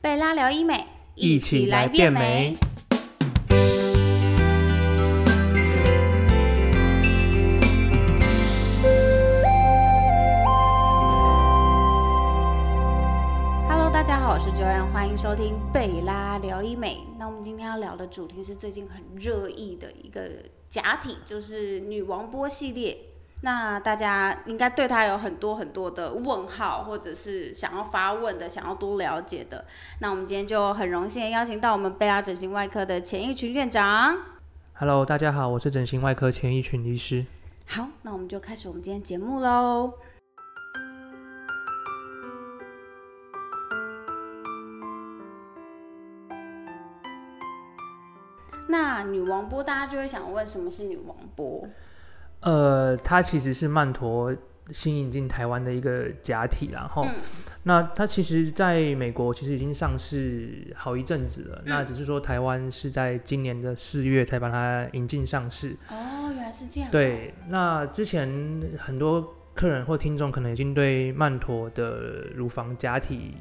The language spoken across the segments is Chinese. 贝拉聊医美，一起来变美。。 Hello，大家好，我是 Joanne，欢迎收听贝拉聊医美。那我们今天要聊的主题是最近很热议的一个假体，就是女王波系列。那大家应该对它有很多很多的问号，或者是想要发问的、想要多了解的。那我们今天就很荣幸地邀请到我们贝拉整形外科的钱义群院长。 Hello，大家好，我是整形外科钱一群医师。好，那我们就开始我们今天节目喽。那女王波，大家就会想问什么是女王波？呃，它其实是曼陀新引进台湾的一个假体啦，然后、嗯那它其实在美国其实已经上市好一阵子了，嗯那只是说台湾是在今年的四月才把它引进上市。哦，原来是这样。，对，那之前很多客人或听众可能已经对曼陀的乳房假体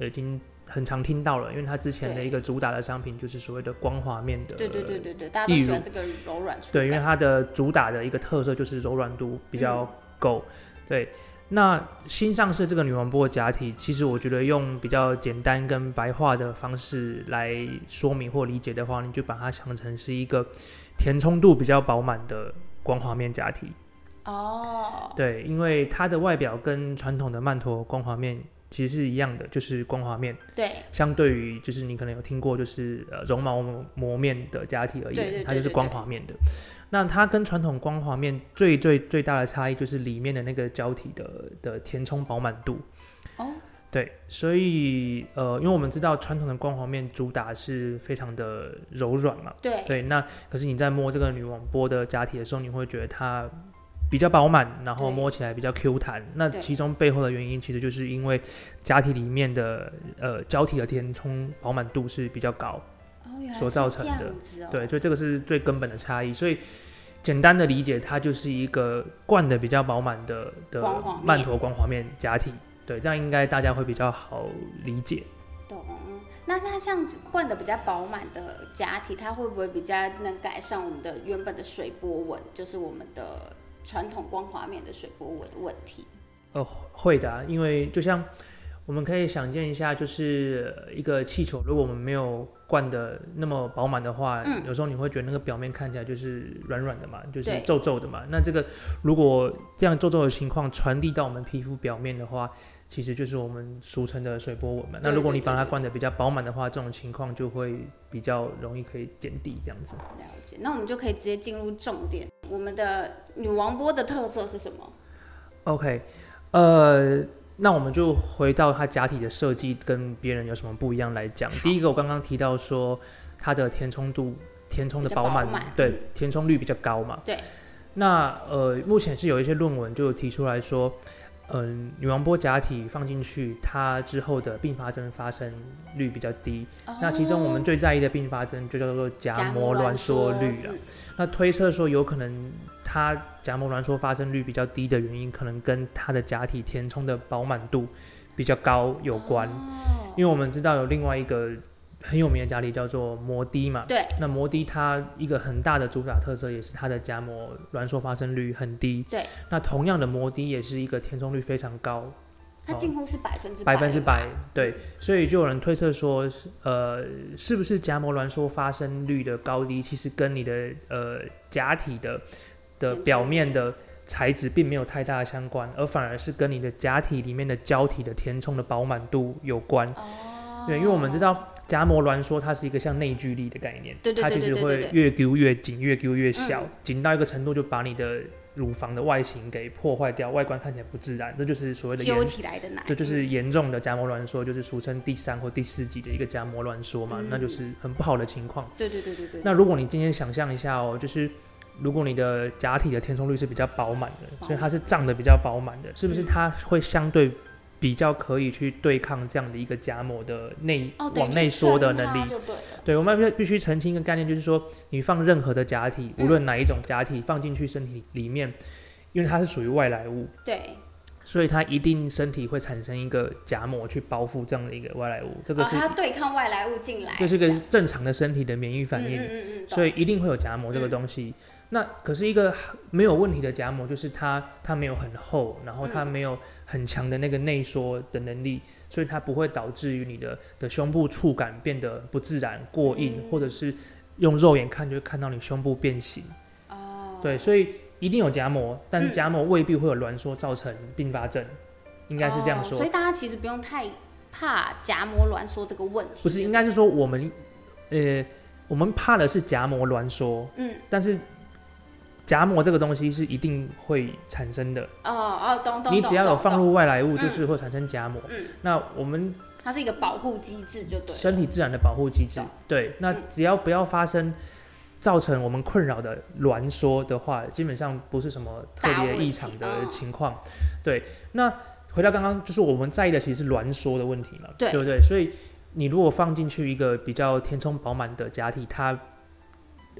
呃已经很常听到了，因为它之前的对一个主打的商品就是所谓的光滑面的，对对对对对，大家都例喜欢如这个柔软触感。对，因为它的主打的一个特色就是柔软度比较够。对，那新上市这个女王波假体，其实我觉得用比较简单跟白话的方式来说明或理解的话，你就把它想成是一个填充度比较饱满的光滑面假体。哦，对，因为它的外表跟传统的曼陀光滑面。其实是一样的，就是光滑面，对相对于就是你可能有听过，就是呃绒毛磨磨面的假体而对啊对对言，它就是对光对滑面的。那它跟传统光滑面最最最大的差异就是里面的那个胶体的的填充饱满度。哦，对，所以呃，因为我们知道传统的光滑面主打是非常的柔软嘛，对对，那可是你在摸这个女王波的假体的时候，你会觉得它比较饱满，然后对摸起来比较 Q 弹。那对其中背后的原因，其实就是因为假体里面的呃胶体的填充饱满度是比较高，哦，原来所是造成这样的子哦。对，所以这个是最根本的差异。所以简单的理解，它就是一个灌的比较饱满的的光滑面曼陀光滑面假体。对，这样应该大家会比较好理解。懂。啊那它像灌的比较饱满的假体，它会不会比较能改善我们的原本的水波纹，就是我们的传统光滑面的水波纹的问题？呃，会的啊、因为就像我们可以想见一下，就是呃一个气球，如果我们没有灌的那么饱满的话，嗯有时候你会觉得那个表面看起来就是软软的嘛，就是对皱皱的嘛。那这个如果这样皱皱的情况传递到我们皮肤表面的话，其实就是我们俗称的水波纹嘛。那对如果对你对把它对灌的比较饱满的话，这种情况就会比较容易可以减低这样子。了解。那我们就可以直接进入重点，我们的女王波的特色是什么？ OK，呃，那我们就回到它假体的设计跟别人有什么不一样来讲。第一个，我刚刚提到说它的填充度、填充的比较饱饱满，满对嗯，填充率比较高嘛。对。那呃，目前是有一些论文就有提出来说，嗯、女王波假体放进去，它之后的并发症发生率比较低。那其中我们哦最在意的并发症就叫做夹夹膜膜挛挛缩缩率了。啊嗯那推测说，有可能它夹膜挛缩发生率比较低的原因，可能跟它的假体填充的饱满度比较高有关。哦因为我们知道有另外一个很有名的假体叫做摩的嘛，对那摩的它一个很大的主打特色也是它的夹膜挛缩发生率很低。对，那同样的摩的也是一个填充率非常高，它哦近乎是百分之百分之了吧百。对，所以就有人推测说，是呃，是不是夹膜挛缩发生率的高低，其实跟你的呃假体的的填表充面的材质并没有太大的相关，而反而是跟你的假体里面的胶体的填充的饱满度有关。哦，对，因为我们知道夹膜挛缩它是一个像内聚力的概念，对对它对其对对实对会对越揪越紧，越揪越小嗯，紧、到一个程度就把你的乳房的外形给破坏掉，外观看起来不自然，这就是所谓的揪延起来的奶，这就是严重的夹膜挛缩，就是俗称第三或第四级的一个夹膜挛缩嘛，嗯那就是很不好的情况嗯。对对对对对。那如果你今天想象一下哦，就是如果你的假体的填充率是比较饱满饱嗯的，所以它是胀的比较饱满的，是不是它会相对比较可以去对抗这样的一个夹膜的内、哦，等于往内去缩的撑能它力？就对了。对，我们必必须澄清一个概念，就是说，你放任何的假体，嗯无论哪一种假体放进去身体里面，因为它是属于外来物，对，所以它一定身体会产生一个夹膜去包覆这样的一个外来物，这个哦，是、它对抗外来物进来，这是这个样正常的身体的免疫反应。嗯嗯嗯嗯，所以以一定会有夹嗯膜这个东西。那可是一个没有问题的夹膜，就是它它没有很厚，然后它没有很强的那个内缩的能力，所以它不会导致于你的的胸部触感变得不自然、过硬，嗯或者是用肉眼看就会看到你胸部变形。哦，对，所以一定有夹膜，但是嗯夹膜未必会有挛缩造成并发症，应该是这样哦说。所以大家其实不用太怕夹膜挛缩这个问题，不是，应该是说我们呃，我们怕的是夹膜挛缩，嗯，但是夹膜这个东西是一定会产生的，哦哦，懂懂，你只要懂有放，懂入外来物，嗯就是会产生夹膜。嗯那我们它是一个保护机制，就对了，身体自然的保护机制懂，对，那嗯只要不要发生造成我们困扰的挛缩的话，基本上不是什么特大别问题异常的嗯情况。对，那回到刚刚，就是我们在意的其实是挛缩的问题嘛，对不对？所以你如果放进去一个比较填充饱满的假体，它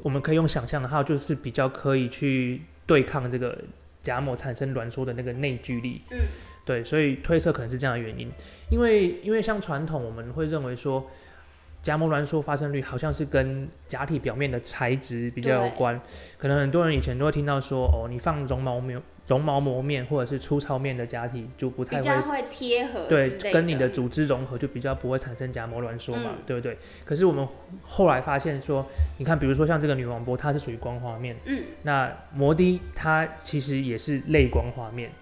我们可以用想象的话，它就是比较可以去对抗这个假膜产生挛缩的那个内聚力。嗯，对，所以推测可能是这样的原因。因为因为像传统我们会认为说，夹膜挛缩发生率好像是跟假体表面的材质比较有关。可能很多人以前都会听到说，哦，你放绒毛面、绒毛膜面或者是粗糙面的假体就不太比会较会贴合对之类，跟你的组织融合就比较不会产生夹膜挛缩嘛，嗯对不对？可是我们后来发现说，你看，比如说像这个女王波，它是属于光滑面，嗯，那摩的它其实也是类光滑面，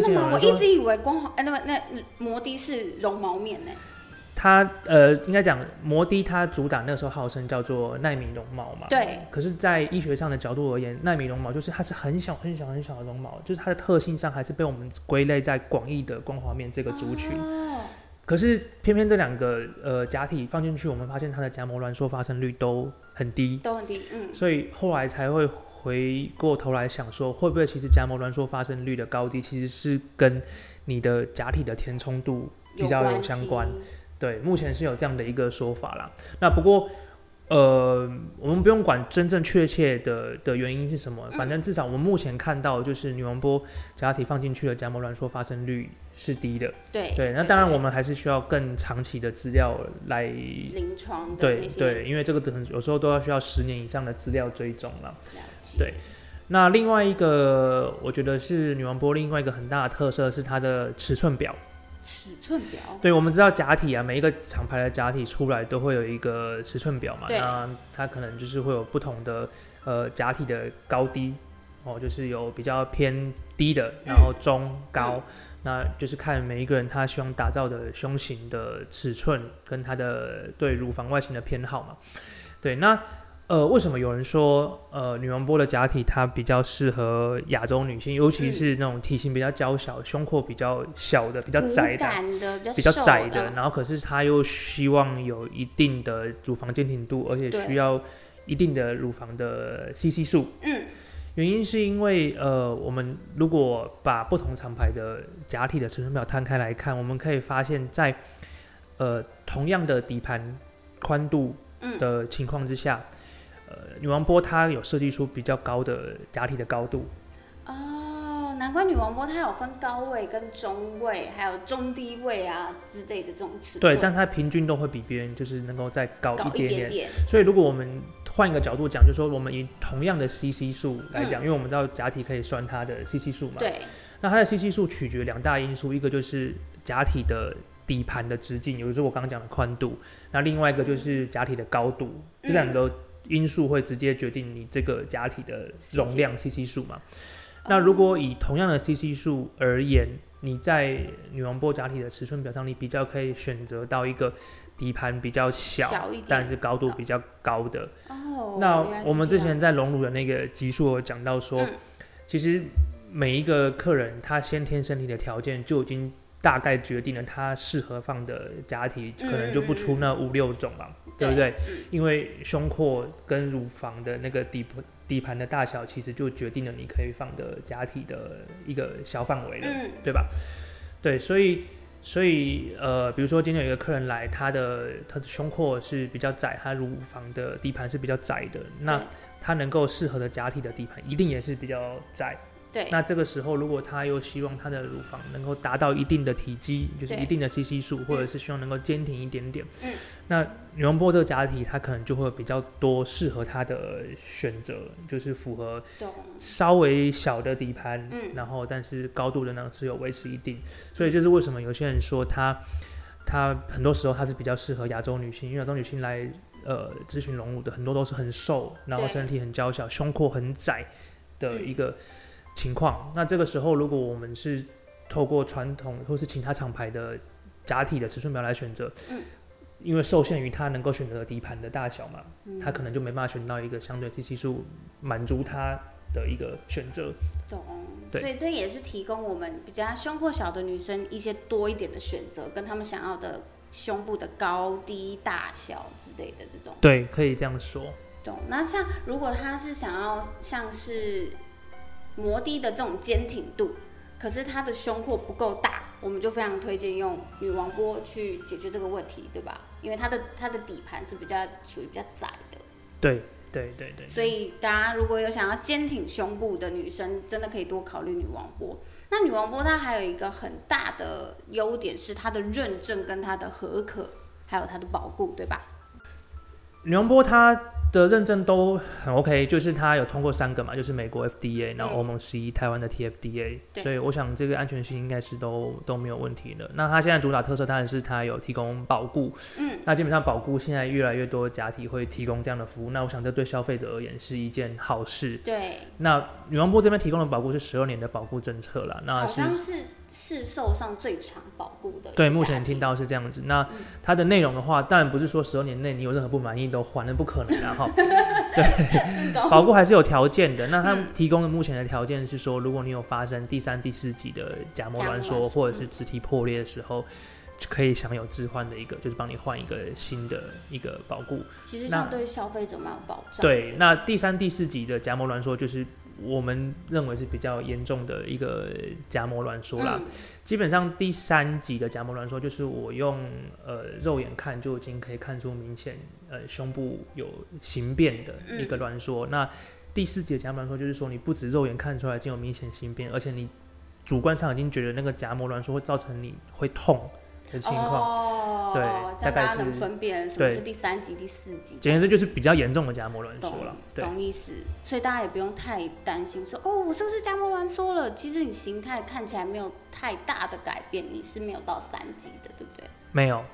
真的前有吗？人我说一直以为光滑，哎，那么那那摩的是绒毛面呢，它呃，应该讲摩的它主打那个时候号称叫做纳米绒毛嘛，对。可是，在医学上的角度而言，纳米绒毛就是它是很小很小很小的绒毛，就是它的特性上还是被我们归类在广义的光滑面这这个族群。哦，可是偏偏这两个呃假体放进去，我们发现它的夹膜挛缩发生率都很低，都很低，嗯，所以后来才会回过头来想说，会不会其实夹膜挛缩发生率的高低，其实是跟你的假体的填充度比较有相关。系对，目前是有这样的一个说法啦。那不过，呃，我们不用管真正确切的的原因是什么，反正至少我们目前看到，就是女王波假体放进去的夹膜挛缩发生率是低的。对对，那当然我们还是需要更长期的资料来，临床的对那些对，因为这个可能有时候都要需要十年以上的资料追踪了。了解对那另外一个，我觉得是女王波另外一个很大的特色是它的尺寸表。尺寸表，对，我们知道假体啊，每一个厂牌的假体出来都会有一个尺寸表嘛，对那它可能就是会有不同的呃假体的高低哦，就是有比较偏低的，然嗯后中、高，那就是看每一个人他希望打造的胸型的尺寸跟他的对乳房外形的偏好嘛。对，那呃，为什么有人说呃女王波的假体它比较适合亚洲女性，尤其嗯是那种体型比较娇小、胸廓比较小的、比较窄骨的？感的，比较瘦窄的，，然后可是他又希望有一定的乳房坚挺度，而且对需要一定的乳房的 CC 数。嗯，原因是因为呃，我们如果把不同厂牌的假体的尺寸表摊开来看，我们可以发现在，呃同样的底盘宽度嗯的情况之下。呃，女王波它有设计出比较高的假体的高度，哦，难怪女王波它有分高位跟中位，还有中低位啊之类的这种尺寸，对，但它平均都会比别人就是能够再高高一一点点点，点，所以如果我们换一个角度讲，就是说我们以同样的 CC 数来讲，因为我们知道假体可以算它的 CC 数嘛。。对，那它的 CC 数取决两大因素，一个就是假体的底盘的直径，也就是我刚刚讲的宽度；那另外一个就是假体的高度，这两个因素会直接决定你这个假体的容量 CC 数嘛。那如果以同样的 CC 数而言，你在女王波假体的尺寸表上，你比较可以选择到一个底盘比较小，小一点但是高度比较高的。哦，那原来是我们这之样前在隆乳的那个集数有讲到说，嗯其实每一个客人他先天身体的条件就已经大概决定了他适合放的假体，嗯可能就不出那五六种吧，对不对？因为胸廓跟乳房的那个底部底盘的大小，其实就决定了你可以放的假体的一个小范围了。嗯对吧？对，所以所以呃，比如说今天有一个客人来，他的他的胸廓是比较窄，他乳房的底盘是比较窄的，那对他能够适合的假体的底盘一定也是比较窄，对，那这个时候，如果她又希望她的乳房能够达到一定的体积，就是对一定的 CC 数，或者是希望能够坚挺一点点，嗯，那女王波这个假体，它可能就会比较多适合她的选择，就是符合懂，稍微小的底盘，嗯然后但是高度仍然是有维持一定，所以这是为什么有些人说她，她很多时候她是比较适合亚洲女性，因为亚洲女性来呃咨询隆乳的很多都是很瘦，然后对身体很娇小，胸廓很窄的嗯一个情况。那这个时候如果我们是透过传统或是其他厂牌的假体的尺寸表来选择，嗯因为受限于它能够选择的底盘的大小嘛，嗯他可能就没办法选到一个相对 CC 数满足他的一个选择。懂。对所以这也是提供我们比较胸廓小的女生一些多一点的选择，跟她们想要的胸部的高低大小之类的这种。对，可以这样说。懂。那像如果她是想要像是摩的的这种坚挺度，可是她的胸廓不够大，我们就非常推荐用女王波去解决这个问题，对吧？因为它的它的底盘是比较属于比较窄的。对，对，对，对。所以大家如果有想要坚挺胸部的女生，真的可以多考虑女王波。那女王波它还有一个很大的优点是它的认证跟它的合可，还有它的保固，对吧？女王波它的认证都很 OK，就是它有通过三个嘛，就是美国 FDA，然嗯后欧盟 CE，、台湾的 TFDA，对所以我想这个安全性应该是都都没有问题的。那它现在主打特色当然是它有提供保固，嗯，那基本上保固现在越来越多假体会提供这样的服务，那我想这对消费者而言是一件好事。对，那女王波这边提供的保固是十二年的保固政策啦，那好是像是市售上最长保固的。对，目前听。到是这样子。那嗯它的内容的话，当然不是说十二年内你有任何不满意都还，那不可能的啊哈。嗯 保固还是有条件的。那它提供的目前的条件是说，如果你有发生第三、第四级的假膜假膜挛挛缩缩或者是肢体破裂的时候，就可以享有置换的一个，就是帮你换一个新的一个保固。其实那像对消费者蛮有保障。哦对，那第三、第四级的夹膜挛缩就是我们认为是比较严重的一个夹膜挛缩啦。嗯基本上第三级的夹膜挛缩，就是我用呃肉眼看就已经可以看出明显呃胸部有形变的一个挛缩。那第四级的夹膜挛缩，就是说你不止肉眼看出来已经有明显形变，而且你主观上已经觉得那个夹膜挛缩会造成你会痛的情况。哦，对这样大概大家能是分辨什么对是第三级、第四级。简言之，就是比较严重的夹膜挛懂缩了。对，懂意思，所以大家也不用太担心说哦，我是不是加膜挛缩了？其实你形态看起来没有太大的改变，你是没有到三级的，对不对？没有。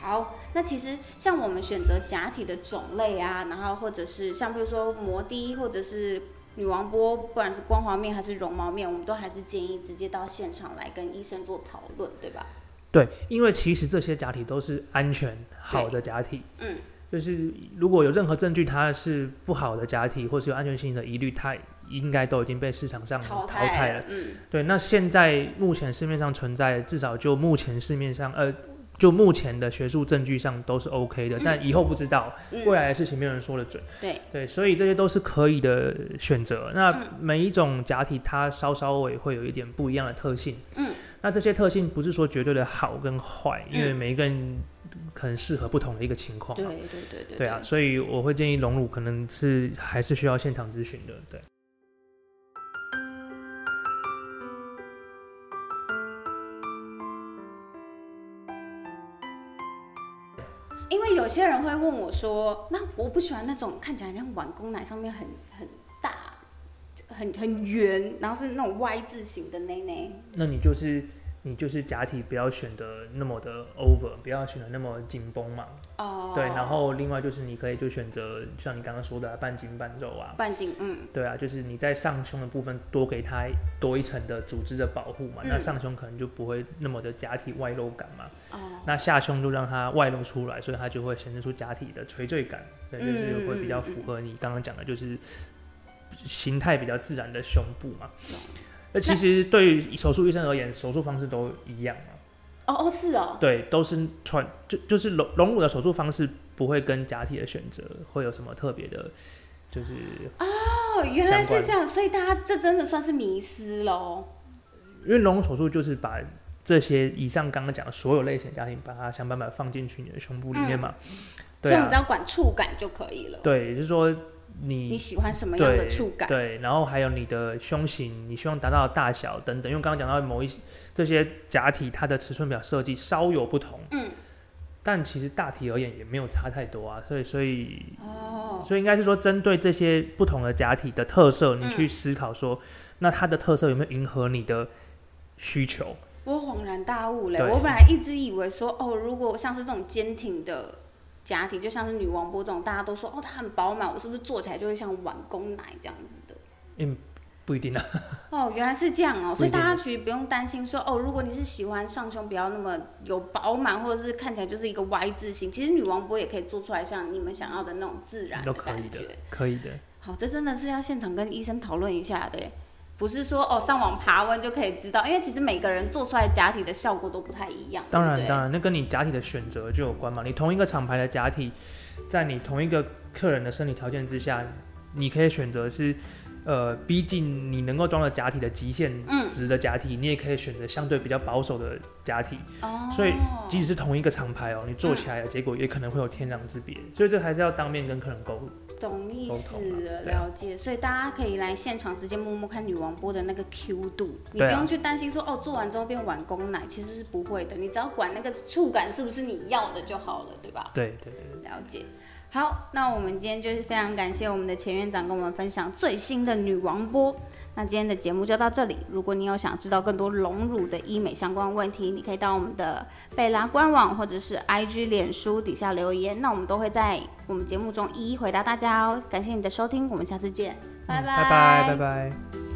好，那其实像我们选择假体的种类啊，然后或者是像比如说摩的或者是女王波，不管是光滑面还是绒毛面，我们都还是建议直接到现场来跟医生做讨论，对吧？对，因为其实这些假体都是安全好的假体，嗯，就是如果有任何证据它是不好的假体，或是有安全性的疑虑，它应该都已经被市场上淘汰汰了。嗯，对，那现在目前市面上存在，至少就目前市面上，呃，就目前的学术证据上都是 OK 的，嗯但以后不知道，嗯未来的事情没有人说得准。对，对，所以这些都是可以的选择。嗯那每一种假体它稍稍微会有一点不一样的特性。嗯，那这些特性不是说绝对的好跟坏，因为嗯每一个人可能适合不同的一个情况对嘛。对对对哦对啊，，所以我会建议隆乳可能是还是需要现场咨询的。对，因为有些人会问我说，那我不喜欢那种看起来像碗公奶上面很很大、很很圆，然后是那种 Y 字形的内内。那你就是你就是假体不要选的那么的 over，不要选的那么紧绷嘛。哦，对，然后另外就是你可以就选择像你刚刚说的啊半筋半肉啊，半径，嗯，对啊，就是你在上胸的部分多给它多一层的组织的保护嘛，嗯那上胸可能就不会那么的假体外露感嘛。哦，那下胸就让它外露出来，所以它就会显示出假体的垂坠感，对，嗯就是会比较符合你刚刚讲的，就是形态比较自然的胸部嘛懂。那其实对于手术医生而言，手术方式都一样嘛。哦哦是哦，对，都是传就就是隆隆乳的手术方式不会跟假体的选择会有什么特别的，就是哦原来相关是这样，所以大家这真的算是迷失喽。因为隆乳手术就是把这些以上刚刚讲的所有类型的家庭，把它想办法放进去你的胸部里面嘛。嗯所对以你只啊，要管触感就可以了。对，就是说你你喜欢什么样的对触感？对，然后还有你的胸型，你希望达到的大小等等，因为刚刚讲到某一些这些假体，它的尺寸表设计稍有不同，嗯，但其实大体而言也没有差太多啊，所以所以哦，所以应该是说，针对这些不同的假体的特色，你嗯去思考说，那它的特色有没有迎合你的需求？我恍然大悟嘞！对我本来一直以为说，哦，如果像是这种坚挺的假体，就像是女王波这种，大家都说哦，它很饱满，我是不是做起来就会像碗公奶这样子的？嗯，不一定啊。哦，原来是这样哦，不所一定以大家其实不用担心说，哦，如果你是喜欢上胸不要那么有饱满，或者是看起来就是一个 Y 字形，其实女王波也可以做出来像你们想要的那种自然都可以感的觉。，可以的。好，这真的是要现场跟医生讨论一下的耶，不是说哦上网爬文就可以知道，因为其实每个人做出来假体的效果都不太一样。当对然，不对当然，那跟你假体的选择就有关嘛。你同一个厂牌的假体，在你同一个客人的身体条件之下，你可以选择是，呃，逼近你能够装的假体的极限嗯值的假体，你也可以选择相对比较保守的假体。哦，所以，即使是同一个厂牌哦，你做起来的结果也可能会有天壤之别。所以，这还是要当面跟客人沟通。懂意思沟通了，对啊了解。所以大家可以来现场直接摸摸看女王波的那个 Q 度，你不对啊用去担心说哦做完之后变碗公奶，其实是不会的，你只要管那个触感是不是你要的就好了，对吧？对对对。了解。好，那我们今天就是非常感谢我们的前院长跟我们分享最新的女王波。那今天的节目就到这里。如果你有想知道更多隆乳的医美相关问题，你可以到我们的贝拉官网或者是 IG、脸书底下留言，那我们都会在我们节目中一一回答大家哦。感谢你的收听，我们下次见，嗯拜拜拜拜拜。